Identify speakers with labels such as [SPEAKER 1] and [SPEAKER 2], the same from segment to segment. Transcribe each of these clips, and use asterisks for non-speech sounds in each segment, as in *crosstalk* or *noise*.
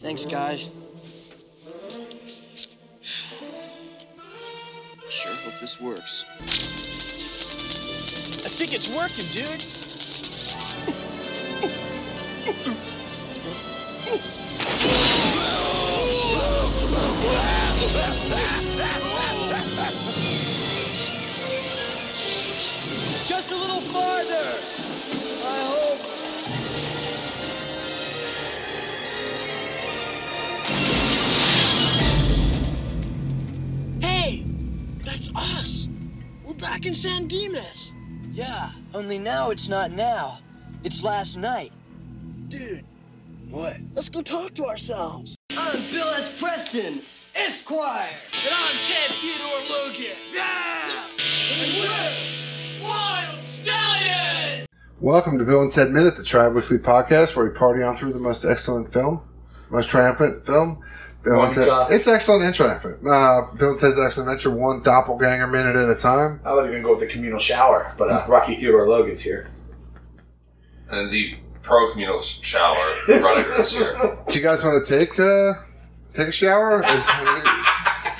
[SPEAKER 1] Thanks, guys. *sighs* Sure hope this works.
[SPEAKER 2] I think it's working, dude. Just a little farther. I hope. Hey, that's us. We're back in San Dimas.
[SPEAKER 1] Yeah, only now it's not now. It's last night.
[SPEAKER 2] Dude,
[SPEAKER 1] What?
[SPEAKER 2] let's go talk to ourselves.
[SPEAKER 1] I'm Bill S. Preston, Esquire.
[SPEAKER 2] And I'm Ted Theodore Logan. Yeah! And we're Wild Stallion!
[SPEAKER 3] Welcome to Bill and Said Minute, the Tri Weekly podcast where we party on through the most excellent film, most triumphant film. Bill
[SPEAKER 4] One
[SPEAKER 3] and Ted.
[SPEAKER 4] shot.
[SPEAKER 3] It's excellent and triumphant. Uh, Bill and Ted's Excellent Adventure, one doppelganger minute at a time.
[SPEAKER 4] I was going to go with the communal shower, but uh, Rocky Theodore Logan's here.
[SPEAKER 5] and the pro communal shower runner this *laughs* year.
[SPEAKER 3] Do you guys want to take uh, take a shower? Is- *laughs*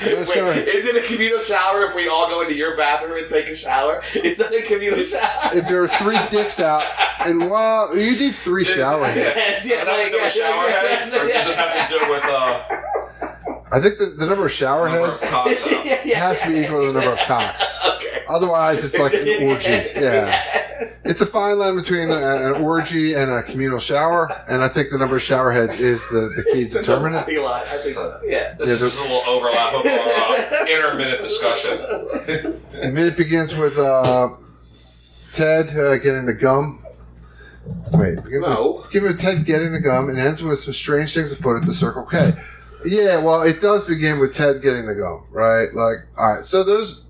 [SPEAKER 3] Yeah, sure.
[SPEAKER 4] is it a communal shower if we all go into your bathroom and take a shower? Is that a communal shower?
[SPEAKER 3] If there are three dicks out, and well, you need three showers.
[SPEAKER 4] *laughs* Yes,
[SPEAKER 5] I
[SPEAKER 4] yeah,
[SPEAKER 5] don't
[SPEAKER 4] like,
[SPEAKER 5] think there were shower heads, or does it have to do with uh,
[SPEAKER 3] I think the, the number of shower
[SPEAKER 5] number of
[SPEAKER 3] heads
[SPEAKER 5] cocks
[SPEAKER 4] *laughs*
[SPEAKER 5] out?
[SPEAKER 4] yeah, yeah,
[SPEAKER 3] has to be equal to the number of cocks.
[SPEAKER 4] Okay.
[SPEAKER 3] Otherwise, it's like an
[SPEAKER 4] *laughs*
[SPEAKER 3] orgy.
[SPEAKER 5] *laughs*
[SPEAKER 3] Yeah.
[SPEAKER 4] yeah.
[SPEAKER 3] It's a fine line between a, an orgy and a communal shower, and I think the number of shower heads is the, the key
[SPEAKER 4] I
[SPEAKER 3] determinant.
[SPEAKER 4] think a lot. I think so. Yeah.
[SPEAKER 5] This
[SPEAKER 3] Yeah,
[SPEAKER 5] is just a little overlap of our *laughs* uh, intermittent discussion.
[SPEAKER 3] The minute begins with uh, Ted uh, getting the gum. Wait, it begins
[SPEAKER 4] No.
[SPEAKER 3] with, begins with Ted getting the gum and ends with some strange things afoot at the Circle K. Yeah, well, it does begin with Ted getting the gum, right? Like, all right, so there's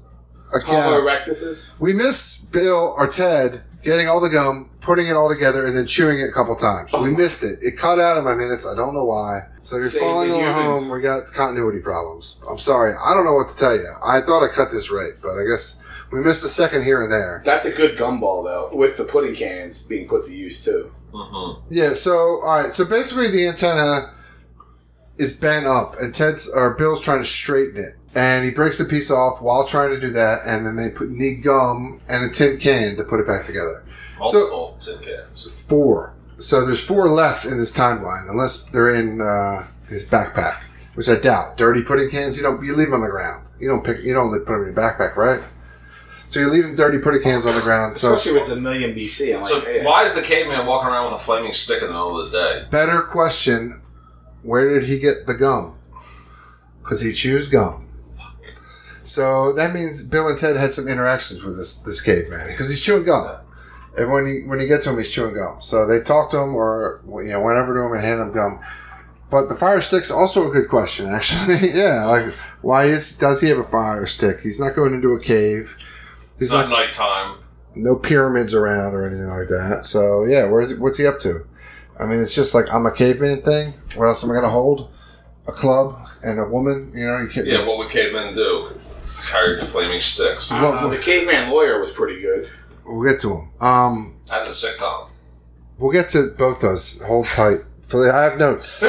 [SPEAKER 3] a
[SPEAKER 4] Homo
[SPEAKER 3] gap.
[SPEAKER 4] erectuses.
[SPEAKER 3] We miss Bill or Ted getting all the gum, putting it all together, and then chewing it a couple times. We missed it. It cut out of my minutes. I don't know why. So if you're
[SPEAKER 4] Save
[SPEAKER 3] following
[SPEAKER 4] the
[SPEAKER 3] along
[SPEAKER 4] humans.
[SPEAKER 3] home, we got continuity problems. I'm sorry. I don't know what to tell you. I thought I cut this right, but I guess we missed a second here and there.
[SPEAKER 4] That's a good gumball, though, with the pudding cans being put to use, too.
[SPEAKER 5] Mm-hmm.
[SPEAKER 3] Yeah. So all right. So basically, the antenna is bent up, and Ted's or Bill's trying to straighten it, and he breaks a piece off while trying to do that, and then they put need gum and a tin can to put it back together.
[SPEAKER 5] Multiple tin cans.
[SPEAKER 3] four. So there's four left in this timeline, unless they're in uh, his backpack, which I doubt. Dirty pudding cans, you don't you leave them on the ground. You don't pick, you don't put them in your backpack, right? So you're leaving dirty pudding cans on the ground. So
[SPEAKER 4] Especially when it's a million BC. I'm like,
[SPEAKER 5] So
[SPEAKER 4] hey,
[SPEAKER 5] why is the caveman walking around with a flaming stick in the middle of the day?
[SPEAKER 3] better question: Where did he get the gum? Because he chews gum. So that means Bill and Ted had some interactions with this this caveman because he's chewing gum. And when you when you get to him, he's chewing gum. So they talk to him, or you know, went over to him and handed him gum. But the fire stick's also a good question, *laughs* actually. yeah, like why is does he have a fire stick? He's not going into a cave.
[SPEAKER 5] It's
[SPEAKER 3] He's
[SPEAKER 5] not
[SPEAKER 3] not
[SPEAKER 5] nighttime.
[SPEAKER 3] no pyramids around or anything like that. So yeah, where's what's he up to? I mean, it's just like I'm a caveman thing. What else am I gonna hold? A club and a woman. You know, you can't.
[SPEAKER 5] Yeah, what would cavemen do? Carry flaming sticks.
[SPEAKER 4] uh,
[SPEAKER 5] At
[SPEAKER 3] what-
[SPEAKER 4] the caveman lawyer was pretty *laughs* good.
[SPEAKER 3] We'll get to him. Um,
[SPEAKER 5] the sitcom.
[SPEAKER 3] we'll get to both those. Hold tight. I have notes.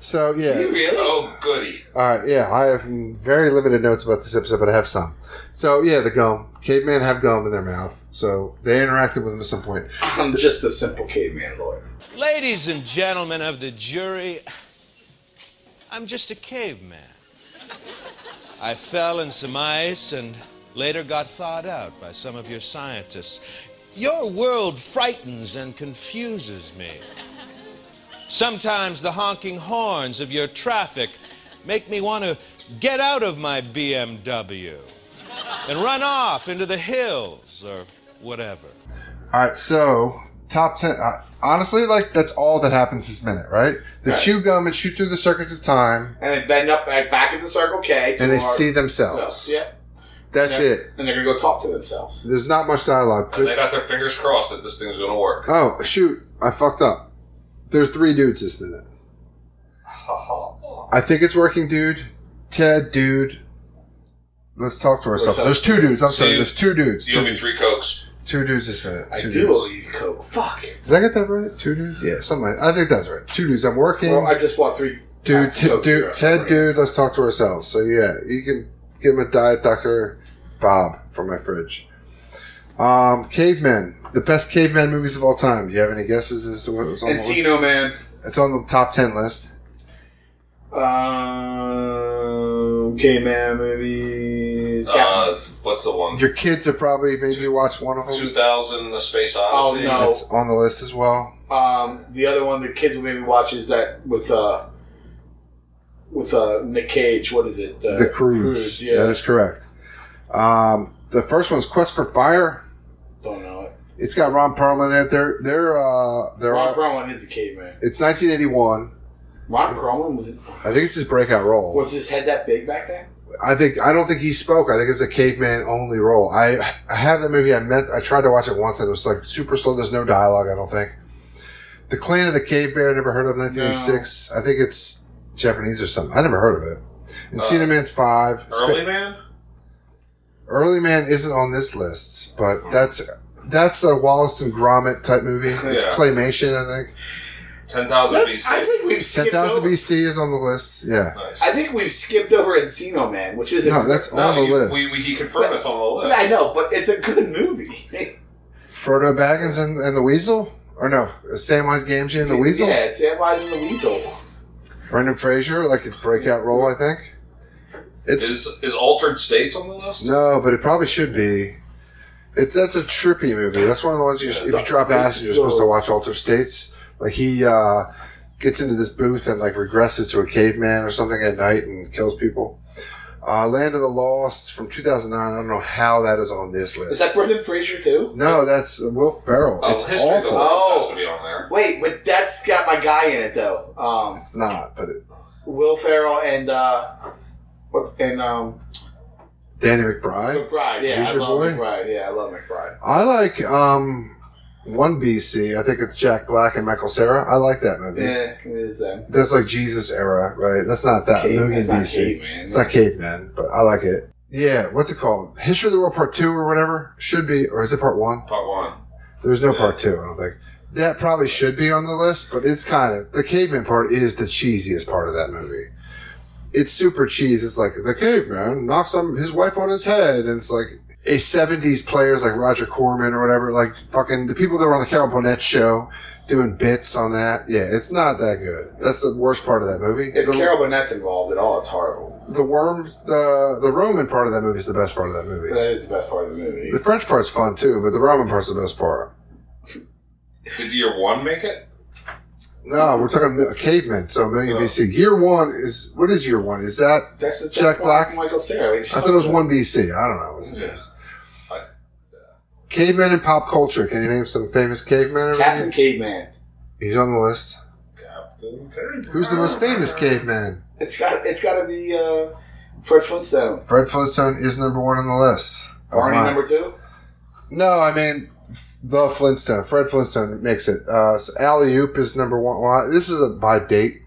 [SPEAKER 3] So yeah.
[SPEAKER 5] Oh, goody.
[SPEAKER 3] All right, yeah, I have very limited notes about this episode, but I have some. So yeah, the gum. Cavemen have gum in their mouth, so they interacted with him at some point.
[SPEAKER 4] I'm just a simple caveman lawyer.
[SPEAKER 2] Ladies and gentlemen of the jury, I'm just a caveman. I fell in some ice and later got thawed out by some of your scientists. Your world frightens and confuses me. Sometimes the honking horns of your traffic make me want to get out of my BMW and run off into the hills or whatever.
[SPEAKER 3] All right, so top ten. Uh, honestly, like that's all that happens this minute, right? They
[SPEAKER 4] Right.
[SPEAKER 3] chew gum and shoot through the circuits of time,
[SPEAKER 4] And they bend up back, back at the Circle K. to
[SPEAKER 3] and they
[SPEAKER 4] our-
[SPEAKER 3] see
[SPEAKER 4] themselves.
[SPEAKER 3] themselves.
[SPEAKER 4] Yeah.
[SPEAKER 3] That's
[SPEAKER 4] Yeah.
[SPEAKER 3] it.
[SPEAKER 4] And they're going to go talk to themselves.
[SPEAKER 3] There's not much dialogue.
[SPEAKER 5] And they got their fingers crossed that this thing's going to work.
[SPEAKER 3] oh shoot, I fucked up. There are three dudes this minute. I think it's working, dude. Ted, dude. Let's talk to ourselves.
[SPEAKER 4] up?
[SPEAKER 3] There's two dudes. I'm
[SPEAKER 5] So
[SPEAKER 3] sorry.
[SPEAKER 5] you-
[SPEAKER 3] There's two dudes.
[SPEAKER 5] You'll
[SPEAKER 3] Two
[SPEAKER 5] be
[SPEAKER 3] dudes.
[SPEAKER 5] three cokes.
[SPEAKER 3] Two dudes this minute.
[SPEAKER 4] I
[SPEAKER 3] Two
[SPEAKER 4] do
[SPEAKER 3] dudes.
[SPEAKER 4] owe you Coke. Fuck.
[SPEAKER 3] Did I get that right? Two dudes? Yeah, something like I think that's right. Two dudes. I'm working.
[SPEAKER 4] Well, I just bought three.
[SPEAKER 3] dude,
[SPEAKER 4] packs of
[SPEAKER 3] t-
[SPEAKER 4] Coke
[SPEAKER 3] dude,
[SPEAKER 4] Zero.
[SPEAKER 3] Ted,
[SPEAKER 4] Right.
[SPEAKER 3] dude, let's talk to ourselves. So, yeah, you can give him a Diet Dr. Bob from my fridge. Um, Cavemen. The best caveman movies of all time. Do you have any guesses as to what was on the list?
[SPEAKER 4] Encino Man.
[SPEAKER 3] It's on the top 10 list.
[SPEAKER 4] Um, caveman movies. Got-
[SPEAKER 5] Uh, what's the one?
[SPEAKER 3] Your kids have probably made you watch one of them.
[SPEAKER 5] 2000 A Space Odyssey.
[SPEAKER 4] Oh, no.
[SPEAKER 3] That's on the list as well.
[SPEAKER 4] um, the other one the kids will maybe watch is that with uh, with uh Nick Cage. What is it? Uh,
[SPEAKER 3] the Croods.
[SPEAKER 4] Yeah.
[SPEAKER 3] That is correct. Um, the first one's Quest for Fire.
[SPEAKER 4] Don't know it.
[SPEAKER 3] It's got Ron Perlman in it. They're, they're, uh, they're,
[SPEAKER 4] Ron Perlman is a caveman.
[SPEAKER 3] it's 1981.
[SPEAKER 4] Ron Perlman was it?
[SPEAKER 3] I think it's his breakout role.
[SPEAKER 4] Was his head that big back then?
[SPEAKER 3] I think I don't think he spoke. I think it's a caveman only role. I I have that movie. I meant I tried to watch it once and it was like super slow. There's no dialogue. I don't think. The Clan of the Cave Bear. I never heard of 1986. I think it's Japanese or something. I never heard of it. Encino
[SPEAKER 5] Uh,
[SPEAKER 3] Man's five. Spa-
[SPEAKER 5] Early Man?
[SPEAKER 3] Early Man isn't on this list,
[SPEAKER 5] Hmm.
[SPEAKER 3] but that's that's a Wallace and Gromit type movie. It's
[SPEAKER 5] Yeah.
[SPEAKER 3] claymation. I think
[SPEAKER 5] 10,000
[SPEAKER 4] Look,
[SPEAKER 5] BC.
[SPEAKER 4] I think we've
[SPEAKER 3] Ten
[SPEAKER 4] skipped
[SPEAKER 3] Thousand
[SPEAKER 4] over.
[SPEAKER 3] BC is on the list. Yeah.
[SPEAKER 5] nice.
[SPEAKER 4] I think we've skipped over Encino Man, which is a
[SPEAKER 3] No, that's
[SPEAKER 5] No,
[SPEAKER 3] on the
[SPEAKER 5] he,
[SPEAKER 3] list.
[SPEAKER 5] We, we, he confirmed it's on the list.
[SPEAKER 4] I know, but it's a good movie.
[SPEAKER 3] Frodo Baggins and, and the Weasel, or no, Samwise Gamgee and the Weasel.
[SPEAKER 4] Yeah, it's Samwise and the Weasel.
[SPEAKER 3] Brendan Fraser, like its breakout role, I think. It's
[SPEAKER 5] Is, is Altered States on the list?
[SPEAKER 3] no, but it probably should be. It's that's a trippy movie. That's one of the ones you if you drop acid, you're supposed to watch Alter States. Like he uh, gets into this booth and like regresses to a caveman or something at night and kills people. Uh, Land of the Lost from 2009. I don't know how that is on this list.
[SPEAKER 4] Is that Brendan Fraser too?
[SPEAKER 3] no, that's Will Ferrell.
[SPEAKER 5] Oh,
[SPEAKER 3] it's
[SPEAKER 5] History of the
[SPEAKER 3] awful.
[SPEAKER 5] World
[SPEAKER 4] Oh.
[SPEAKER 5] has to be on there.
[SPEAKER 4] Wait, but that's got my guy in it though. Um,
[SPEAKER 3] It's not, but it,
[SPEAKER 4] Will Ferrell and uh, what and um,
[SPEAKER 3] Danny McBride.
[SPEAKER 4] McBride. Yeah,
[SPEAKER 3] He's
[SPEAKER 4] I
[SPEAKER 3] your
[SPEAKER 4] love
[SPEAKER 3] boy?
[SPEAKER 4] McBride. Yeah, I love McBride.
[SPEAKER 3] I like um, one BC. I think it's Jack Black and Michael Sarah. I like that movie.
[SPEAKER 4] Yeah, it is them.
[SPEAKER 3] That's like Jesus era, right? That's not that
[SPEAKER 4] Cave-
[SPEAKER 3] movie in
[SPEAKER 4] that's not
[SPEAKER 3] BC.
[SPEAKER 4] caveman.
[SPEAKER 3] It's not caveman, but I like it. Yeah, what's it called? History of the World Part Two or whatever should be, or is it Part One?
[SPEAKER 5] Part one.
[SPEAKER 3] There's no
[SPEAKER 5] Yeah.
[SPEAKER 3] Part Two, I don't think. That probably should be on the list, but it's kind of the caveman part is the cheesiest part of that movie. It's super cheese. It's like the caveman knocks some his wife on his head, and it's like a '70s players like Roger Corman or whatever, like fucking the people that were on the Carol Burnett show doing bits on that. Yeah, it's not that good. That's the worst part of that movie.
[SPEAKER 4] If
[SPEAKER 3] The-
[SPEAKER 4] Carol Burnett's involved at all, it's horrible.
[SPEAKER 3] the worm, the the Roman part of that movie is the best part of that movie.
[SPEAKER 4] That is the best part of the movie.
[SPEAKER 3] The French part's fun too, but the Roman part's the best part.
[SPEAKER 5] Did year one make it?
[SPEAKER 3] No, we're talking mi- cavemen, so million
[SPEAKER 5] Oh.
[SPEAKER 3] BC. Year one is what is year one? Is that
[SPEAKER 4] That's the
[SPEAKER 3] Jack Black?
[SPEAKER 4] and Michael Cera.
[SPEAKER 3] I thought it was one BC. I don't know.
[SPEAKER 5] Yeah.
[SPEAKER 3] Cavemen in pop culture. Can you name some famous cavemen?
[SPEAKER 4] Captain
[SPEAKER 3] around?
[SPEAKER 4] Caveman.
[SPEAKER 3] He's on the list.
[SPEAKER 5] Captain Kirk.
[SPEAKER 3] Who's the most famous caveman?
[SPEAKER 4] It's got it's got to be uh, Fred Flintstone.
[SPEAKER 3] Fred Flintstone is number one on the list. Oh,
[SPEAKER 4] Barney
[SPEAKER 3] my.
[SPEAKER 4] number two.
[SPEAKER 3] No, I mean the Flintstone. Fred Flintstone makes it. Uh, so Alley Oop is number one. Well, this is a by date.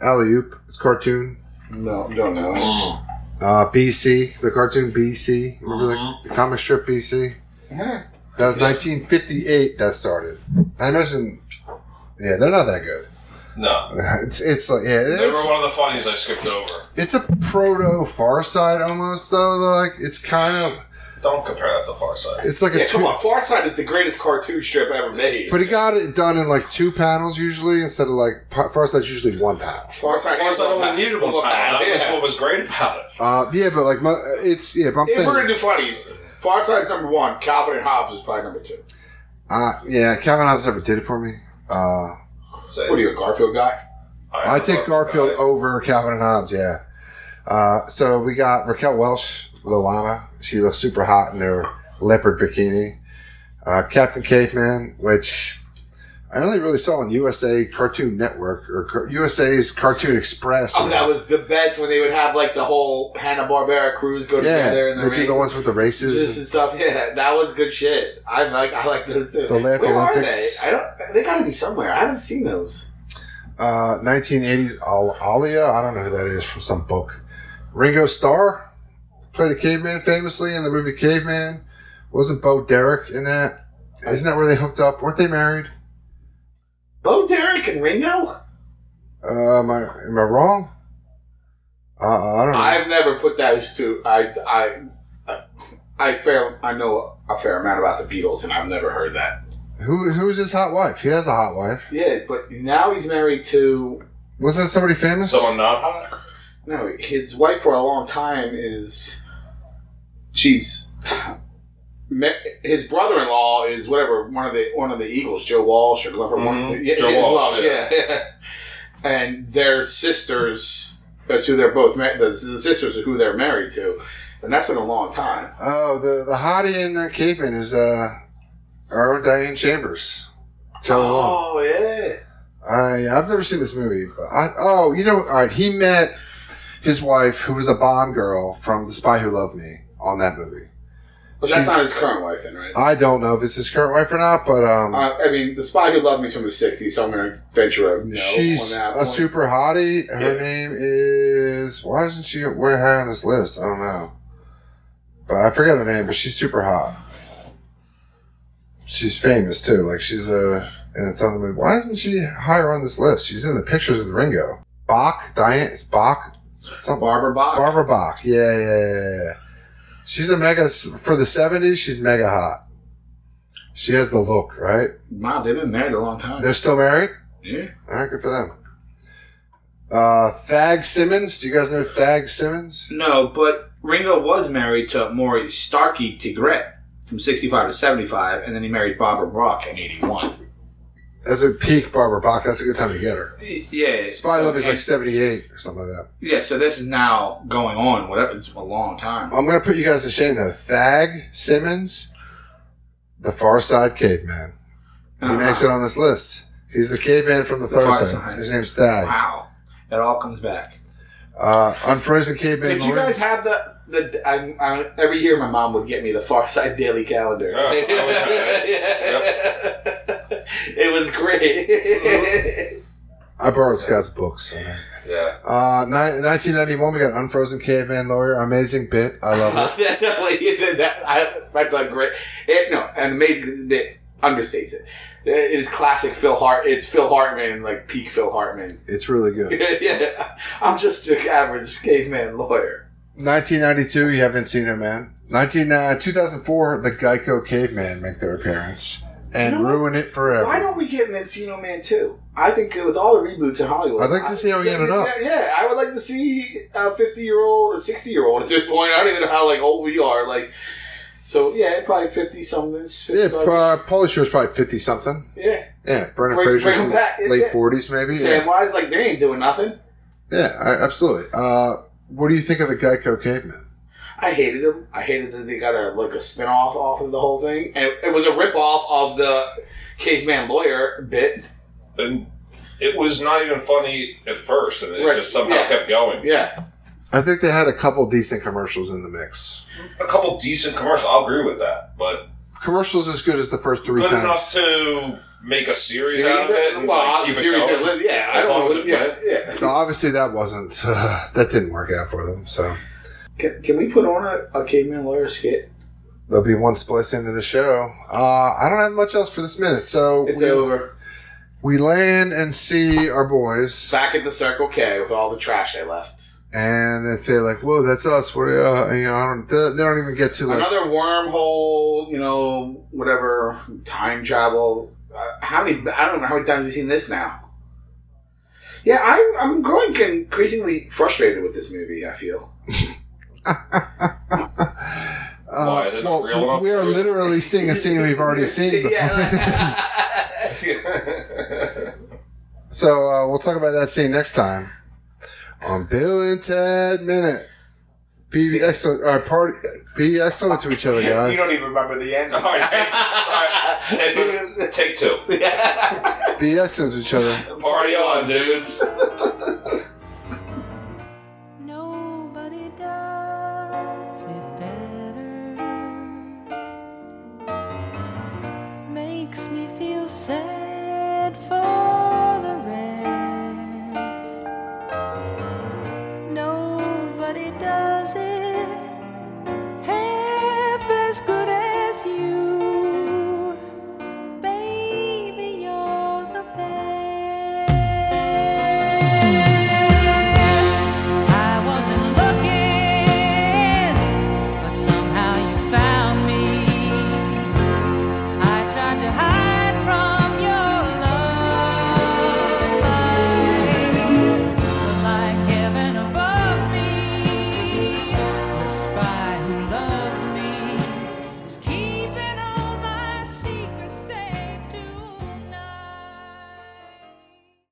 [SPEAKER 3] Alley Oop, it's cartoon.
[SPEAKER 4] No, don't know.
[SPEAKER 5] Mm.
[SPEAKER 3] Uh, BC, the cartoon BC. Remember
[SPEAKER 4] Mm-hmm.
[SPEAKER 3] the, the comic strip BC? That was 1958 that started. I imagine. Yeah, they're not that good. *laughs*
[SPEAKER 5] No.
[SPEAKER 3] It's it's like yeah,
[SPEAKER 5] They were
[SPEAKER 3] it's,
[SPEAKER 5] one of the funnies I skipped over.
[SPEAKER 3] it's a proto Far Side almost though. Like it's kind of
[SPEAKER 5] Don't compare that to Far Side.
[SPEAKER 3] it's like a
[SPEAKER 4] Yeah, come
[SPEAKER 3] twi-
[SPEAKER 4] on. Far Side is the greatest cartoon strip ever made.
[SPEAKER 3] But he got it done in like two panels usually instead of like pa- Far Side's usually one panel.
[SPEAKER 4] Far Side,
[SPEAKER 5] Far Side only needed one pound. That was
[SPEAKER 4] Yeah.
[SPEAKER 5] what was great about it.
[SPEAKER 3] Uh, yeah, but like my, it's yeah, but I'm
[SPEAKER 4] If we're
[SPEAKER 3] saying
[SPEAKER 4] gonna do funnies, Far Side's number one. Calvin and Hobbes is probably number two.
[SPEAKER 3] uh, yeah, Calvin Hobbes never did it for me. Uh,
[SPEAKER 5] Say,
[SPEAKER 4] What are you, a Garfield guy?
[SPEAKER 3] I take Garfield over Calvin and Hobbes. Yeah. Uh, so we got Raquel Welch, Loana. She looks super hot in her leopard bikini. Uh, Captain Caveman, which I only really saw on USA Cartoon Network or Car- USA's Cartoon Express.
[SPEAKER 4] Oh, that was the best when they would have like the whole Hanna Barbera crews go together
[SPEAKER 3] yeah,
[SPEAKER 4] and the
[SPEAKER 3] they do the
[SPEAKER 4] races
[SPEAKER 3] ones with the races.
[SPEAKER 4] and stuff. Yeah, that was good shit. I like I like those too.
[SPEAKER 3] The Laugh
[SPEAKER 4] Where
[SPEAKER 3] Olympics.
[SPEAKER 4] are they? I don't. They gotta be somewhere. I haven't seen those.
[SPEAKER 3] Uh, 1980s Al- Alia. I don't know who that is from some book. Ringo Starr played a caveman famously in the movie Caveman. Wasn't Bo Derek in that? Isn't that where they hooked up? Weren't they married?
[SPEAKER 4] Bo Derek and Ringo?
[SPEAKER 3] Uh, am I am I wrong? Uh, I don't know.
[SPEAKER 4] I've never put those two. I I I, I fair. I know a fair amount about the Beatles, and I've never heard that.
[SPEAKER 3] Who who's his hot wife? He has a hot wife.
[SPEAKER 4] Yeah, but now he's married to.
[SPEAKER 3] Wasn't that somebody famous?
[SPEAKER 5] Someone not hot?
[SPEAKER 4] No, his wife for a long time is. She's. me- His brother-in-law is whatever one of the one of the Eagles, Joe Walsh or Glover. One,
[SPEAKER 5] Mhm.
[SPEAKER 4] yeah,
[SPEAKER 5] Joe
[SPEAKER 4] it is
[SPEAKER 5] Walsh, yeah.
[SPEAKER 4] Mm-hmm. yeah. and their sisters. That's who they're both. mar- The, the sisters are who they're married to, and that's been a long time.
[SPEAKER 3] Oh, the the hottie in that caveman is uh, our own Diane Chambers. Tell oh.
[SPEAKER 4] Oh yeah.
[SPEAKER 3] I I've never seen this movie, but I oh you know all right. He met his wife, who was a Bond girl from The Spy Who Loved Me, on that movie.
[SPEAKER 4] But that's
[SPEAKER 3] She's- Um,
[SPEAKER 4] not his current wife, then, right?
[SPEAKER 3] I don't know if it's his current wife or not, but um,
[SPEAKER 4] Uh, I mean, the spy who loved me is from the '60s, so I'm going to venture a no
[SPEAKER 3] she's
[SPEAKER 4] on that
[SPEAKER 3] a
[SPEAKER 4] one.
[SPEAKER 3] super hottie. Her
[SPEAKER 4] Yeah.
[SPEAKER 3] name is why isn't she way high on this list? I don't know, but I forget her name. But she's super hot. She's famous too. Like she's uh, a and it's on the movie. Why isn't she higher on this list? She's in the pictures with Ringo. Bach, Diane, it's Bach, something.
[SPEAKER 4] Barbara Bach.
[SPEAKER 3] Barbara Bach. Yeah, yeah, yeah, yeah. She's a mega for the '70s. She's mega hot. She has the look, right?
[SPEAKER 4] Wow, they've been married a long time.
[SPEAKER 3] They're still married.
[SPEAKER 4] Yeah.
[SPEAKER 3] All right, good for them. Uh, Thag Simmons. Do you guys know Thag Simmons?
[SPEAKER 4] No, but Ringo was married to Maury Starkey Tigret from '65 to '75, and then he married Barbara Bach in '81.
[SPEAKER 3] That's a peak Barbara Bach. That's a good time to get her.
[SPEAKER 4] Yeah,
[SPEAKER 3] Spy Love is
[SPEAKER 4] and-
[SPEAKER 3] like 78 or something like that.
[SPEAKER 4] yeah. So this is now going on. Whatever, it's a long time.
[SPEAKER 3] I'm going to put you guys to shame though. Thag Simmons, the Far Side Caveman. He
[SPEAKER 4] Uh-huh.
[SPEAKER 3] makes it on this list. He's the caveman from the,
[SPEAKER 4] The
[SPEAKER 3] far,
[SPEAKER 4] Far
[SPEAKER 3] side.
[SPEAKER 4] Side.
[SPEAKER 3] His name's Thag.
[SPEAKER 4] Uh-huh. Wow, it all comes back.
[SPEAKER 3] Uh, Unfrozen Caveman.
[SPEAKER 4] Did you
[SPEAKER 3] Lauren-
[SPEAKER 4] guys have the the? I, I, every year, my mom would get me the Far Side Daily Calendar.
[SPEAKER 5] Yeah, I always had
[SPEAKER 4] *laughs* It was
[SPEAKER 3] Mm-hmm.
[SPEAKER 4] *laughs* great.
[SPEAKER 3] I borrowed Scott's books.
[SPEAKER 5] Yeah.
[SPEAKER 3] Uh, ni- 1991, we got Unfrozen Caveman Lawyer. Amazing bit. I love
[SPEAKER 4] *laughs*
[SPEAKER 3] it.
[SPEAKER 4] That- that- I- that's a great. It, no, and amazing. It understates it. It is classic Phil Hart. It's Phil Hartman, like peak Phil Hartman. *laughs*
[SPEAKER 3] It's really good.
[SPEAKER 4] yeah, I'm just an average caveman lawyer.
[SPEAKER 3] 1992, you haven't seen it, man. 19, uh, 2004, the Geico Caveman make their appearance and
[SPEAKER 4] You know what?
[SPEAKER 3] ruin it forever.
[SPEAKER 4] Why don't we get an Encino Man too? I think with all the reboots in Hollywood,
[SPEAKER 3] I'd like to see how he ended up.
[SPEAKER 4] Yeah, I would like to see a fifty-year-old or sixty-year-old at this point. I don't even know how like old we are. Like, so yeah, probably fifty something.
[SPEAKER 3] yeah, uh, Paulie Shore's probably 50 something.
[SPEAKER 4] yeah.
[SPEAKER 3] Yeah, Brendan
[SPEAKER 4] Bring-
[SPEAKER 3] Fraser's
[SPEAKER 4] bring him
[SPEAKER 3] in
[SPEAKER 4] back,
[SPEAKER 3] his late
[SPEAKER 4] yeah.
[SPEAKER 3] 40s, maybe.
[SPEAKER 4] Sam
[SPEAKER 3] Yeah,
[SPEAKER 4] Wise, like they ain't doing nothing.
[SPEAKER 3] yeah I, absolutely. Uh, what do you think of the Geico Caveman?
[SPEAKER 4] I hated him. I hated that they got a like a spin-off off of the whole thing, and it was a rip-off of the caveman lawyer bit.
[SPEAKER 5] And it was not even funny at first, and it
[SPEAKER 4] Right,
[SPEAKER 5] just somehow
[SPEAKER 4] yeah.
[SPEAKER 5] kept going.
[SPEAKER 4] Yeah,
[SPEAKER 3] I think they had a couple decent commercials in the mix.
[SPEAKER 5] A couple decent commercials. I'll agree with that, but
[SPEAKER 3] Commercials as good as the first three
[SPEAKER 5] good
[SPEAKER 3] times.
[SPEAKER 5] enough to make a series, out of it. And
[SPEAKER 4] well,
[SPEAKER 5] like, keep
[SPEAKER 4] the
[SPEAKER 5] it
[SPEAKER 4] series
[SPEAKER 5] going. *laughs*
[SPEAKER 4] that- yeah, I
[SPEAKER 5] As
[SPEAKER 4] don't
[SPEAKER 5] long as
[SPEAKER 4] know,
[SPEAKER 5] it
[SPEAKER 4] yeah,
[SPEAKER 5] went.
[SPEAKER 4] yeah.
[SPEAKER 3] No, obviously, that wasn't, *sighs* that didn't work out for them. So
[SPEAKER 4] Can, can we put on a, a caveman lawyer skit?
[SPEAKER 3] there'll be one splice into the show. Uh, I don't have much else for this minute. So
[SPEAKER 4] It's
[SPEAKER 3] we-
[SPEAKER 4] over.
[SPEAKER 3] We land and see our boys,
[SPEAKER 4] Back at the Circle K with all the trash they left.
[SPEAKER 3] and they say like, "Whoa, that's us." What? Uh, you know, I don't. They, they don't even get to like.
[SPEAKER 4] Another wormhole, you know, whatever time travel. Uh, how many? I don't know how many times we've seen this now. Yeah, I, I'm growing increasingly frustrated with this movie. I feel.
[SPEAKER 5] Why, is it not real enough?
[SPEAKER 3] uh, we are literally seeing a scene we've
[SPEAKER 4] *laughs*
[SPEAKER 3] already seen. *laughs*
[SPEAKER 4] Yeah.
[SPEAKER 3] so uh, we'll talk about that scene next time on Bill and Ted Minute. Be excellent. Uh, party. Be excellent to each other, guys.
[SPEAKER 4] *laughs* you don't even remember the end.
[SPEAKER 5] All right, take, all right,
[SPEAKER 4] *laughs*
[SPEAKER 5] take, take two.
[SPEAKER 3] Be excellent to each other.
[SPEAKER 5] Party on, dudes.
[SPEAKER 6] Nobody does it better. Makes me feel sad for the rest. Nobody does.